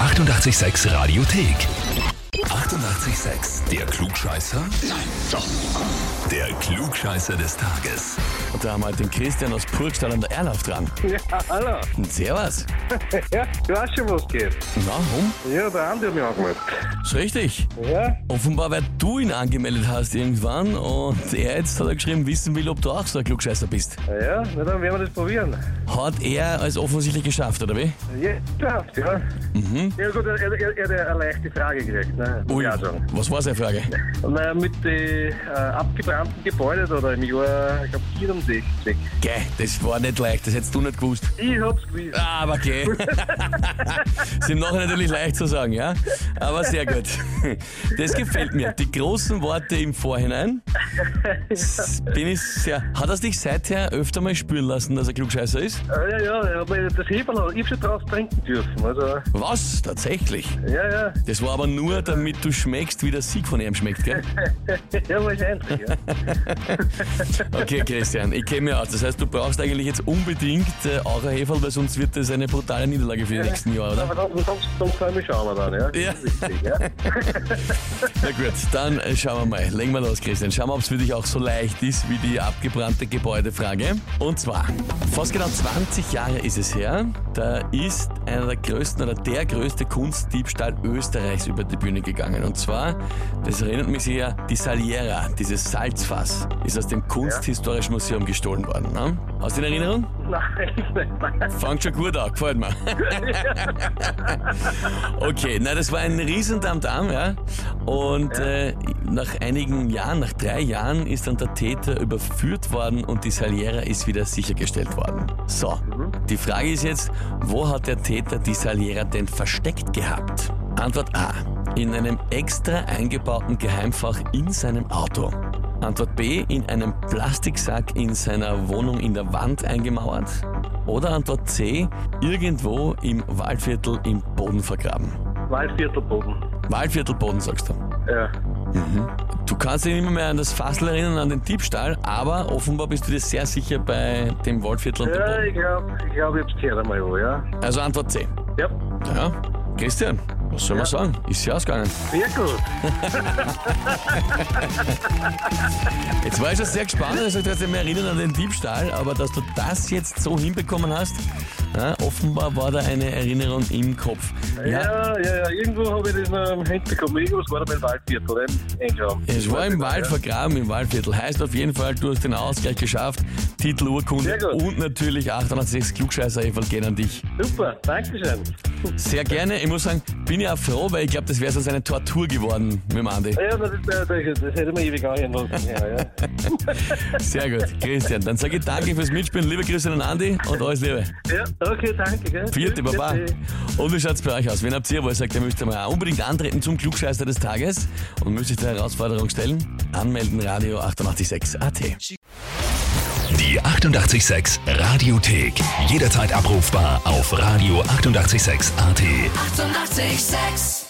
886 Radiothek. 88,6. Der Klugscheißer? Nein, doch. Der Klugscheißer des Tages. Und da haben wir heute den Christian aus Purgstall an der Erlauf dran. Ja, hallo. Servus. Ja, du weißt schon, was geht. Na, rum? Ja, der Andi hat mich angemeldet. Ist richtig. Ja? Offenbar, weil du ihn angemeldet hast irgendwann und er jetzt hat er geschrieben, wissen will, ob du auch so ein Klugscheißer bist. Ja, na dann werden wir das probieren. Hat er als offensichtlich geschafft, oder wie? Ja, schafft, ja. Ja gut, er, er, er, er hat eine leichte Frage gekriegt, ne? Oh muss ich auch sagen. was war seine Frage? Na, mit den äh, abgebrannten Gebäuden oder im Jahr, ich glaube, 64. Geh, das war nicht leicht, das hättest du nicht gewusst. Ich hab's gewusst. Ah, Aber okay. Ist im Nachhinein natürlich leicht zu sagen, ja? Aber sehr gut. Das gefällt mir. Die großen Worte im Vorhinein. S- Bin ich sehr. Hat er dich seither öfter mal spüren lassen, dass er Klugscheißer ist? Ah, Ja, ja, ja, er hat mir das Heferl, ich hab schon draus trinken dürfen. Also, Was? Tatsächlich. ja, ja, Das war aber nur, damit du schmeckst, wie der Sieg von ihm schmeckt, gell? ja, wahrscheinlich, ja. Okay, Christian, ich kenne mich aus. Das heißt, du brauchst eigentlich jetzt unbedingt äh, Aura Heferl, weil sonst wird das eine brutale Niederlage für die nächsten Jahre, oder? Aber dann, dann, dann freuen wir uns schon mal dann, ja. Ja. Richtig, ja. Na gut, dann äh, schauen wir mal. Legen wir los, Christian. Schauen wir, ob es für dich auch so leicht ist wie die abgebrannte Gebäudefrage. Und zwar, fast genau 20 Jahre ist es her, da ist einer der größten oder der größte Kunstdiebstahl Österreichs über die Bühne gegangen. Und zwar, das erinnert mich sehr, die Saliera, dieses Salzfass, ist aus dem Kunsthistorischen Museum gestohlen worden. Ne? Hast du in Erinnerung? Nein, nein, nein. Fangt schon gut an, gefällt mir. okay, na das war ein Riesendamdam, ja. Und Äh, nach einigen Jahren, nach drei Jahren, ist dann der Täter überführt worden und die Saliera ist wieder sichergestellt worden. So, die Frage ist jetzt, wo hat der Täter die Saliera denn versteckt gehabt? Antwort A. In einem extra eingebauten Geheimfach in seinem Auto. Antwort B, in einem Plastiksack in seiner Wohnung in der Wand eingemauert. Oder Antwort C, irgendwo im Waldviertel im Boden vergraben. Waldviertelboden. Waldviertelboden sagst du. Ja. Du kannst dich nicht mehr an das Fassel erinnern, an den Diebstahl, aber offenbar bist du dir sehr sicher bei dem Waldviertel und dem Ja, Boden. ich glaube, ich, glaub, ich hab's gehört einmal, ja, ja. Also Antwort C. Ja, Ja, Christian, was soll man sagen? Ist ja ausgegangen. sehr gut. Jetzt war ich schon sehr gespannt, also ich mich erinnern an den Diebstahl, aber dass du das jetzt so hinbekommen hast, ja, offenbar war da eine Erinnerung im Kopf. Ja, Ja, ja, ja, irgendwo habe ich das noch im Hand bekommen. Irgendwas war da beim Waldviertel, oder? Im Engraum. es war im Wald Ja. vergraben, im Waldviertel. Heißt auf jeden Fall, du hast den Ausgleich geschafft. Titel, Urkunde Sehr gut. und natürlich 886 klugscheißer -Eferl gehen an dich. Super, Dankeschön. Sehr gerne. Ich muss sagen, bin ja froh, weil ich glaube, das wäre sonst eine Tortur geworden mit dem Andi. Ah Ja, eh, das, ist, das, das, das hätte man ewig angehen lassen. Ja, ja. Sehr gut. Christian, dann sage ich danke fürs Mitspielen. Lieber Christian und Andi und alles Liebe. ja, okay, danke. Gell? Vierte Tschüss, Baba. tschüssi. Und wie schaut's bei euch aus? Wenn habt ihr, wo ihr sagt, ihr müsst mal unbedingt antreten zum Klugscheißer des Tages und müsst euch der Herausforderung stellen, anmelden Radio 886 AT. Die 88,6 Radiothek. Jederzeit abrufbar auf radio886.at. 88,6. Eighty-eight, sex.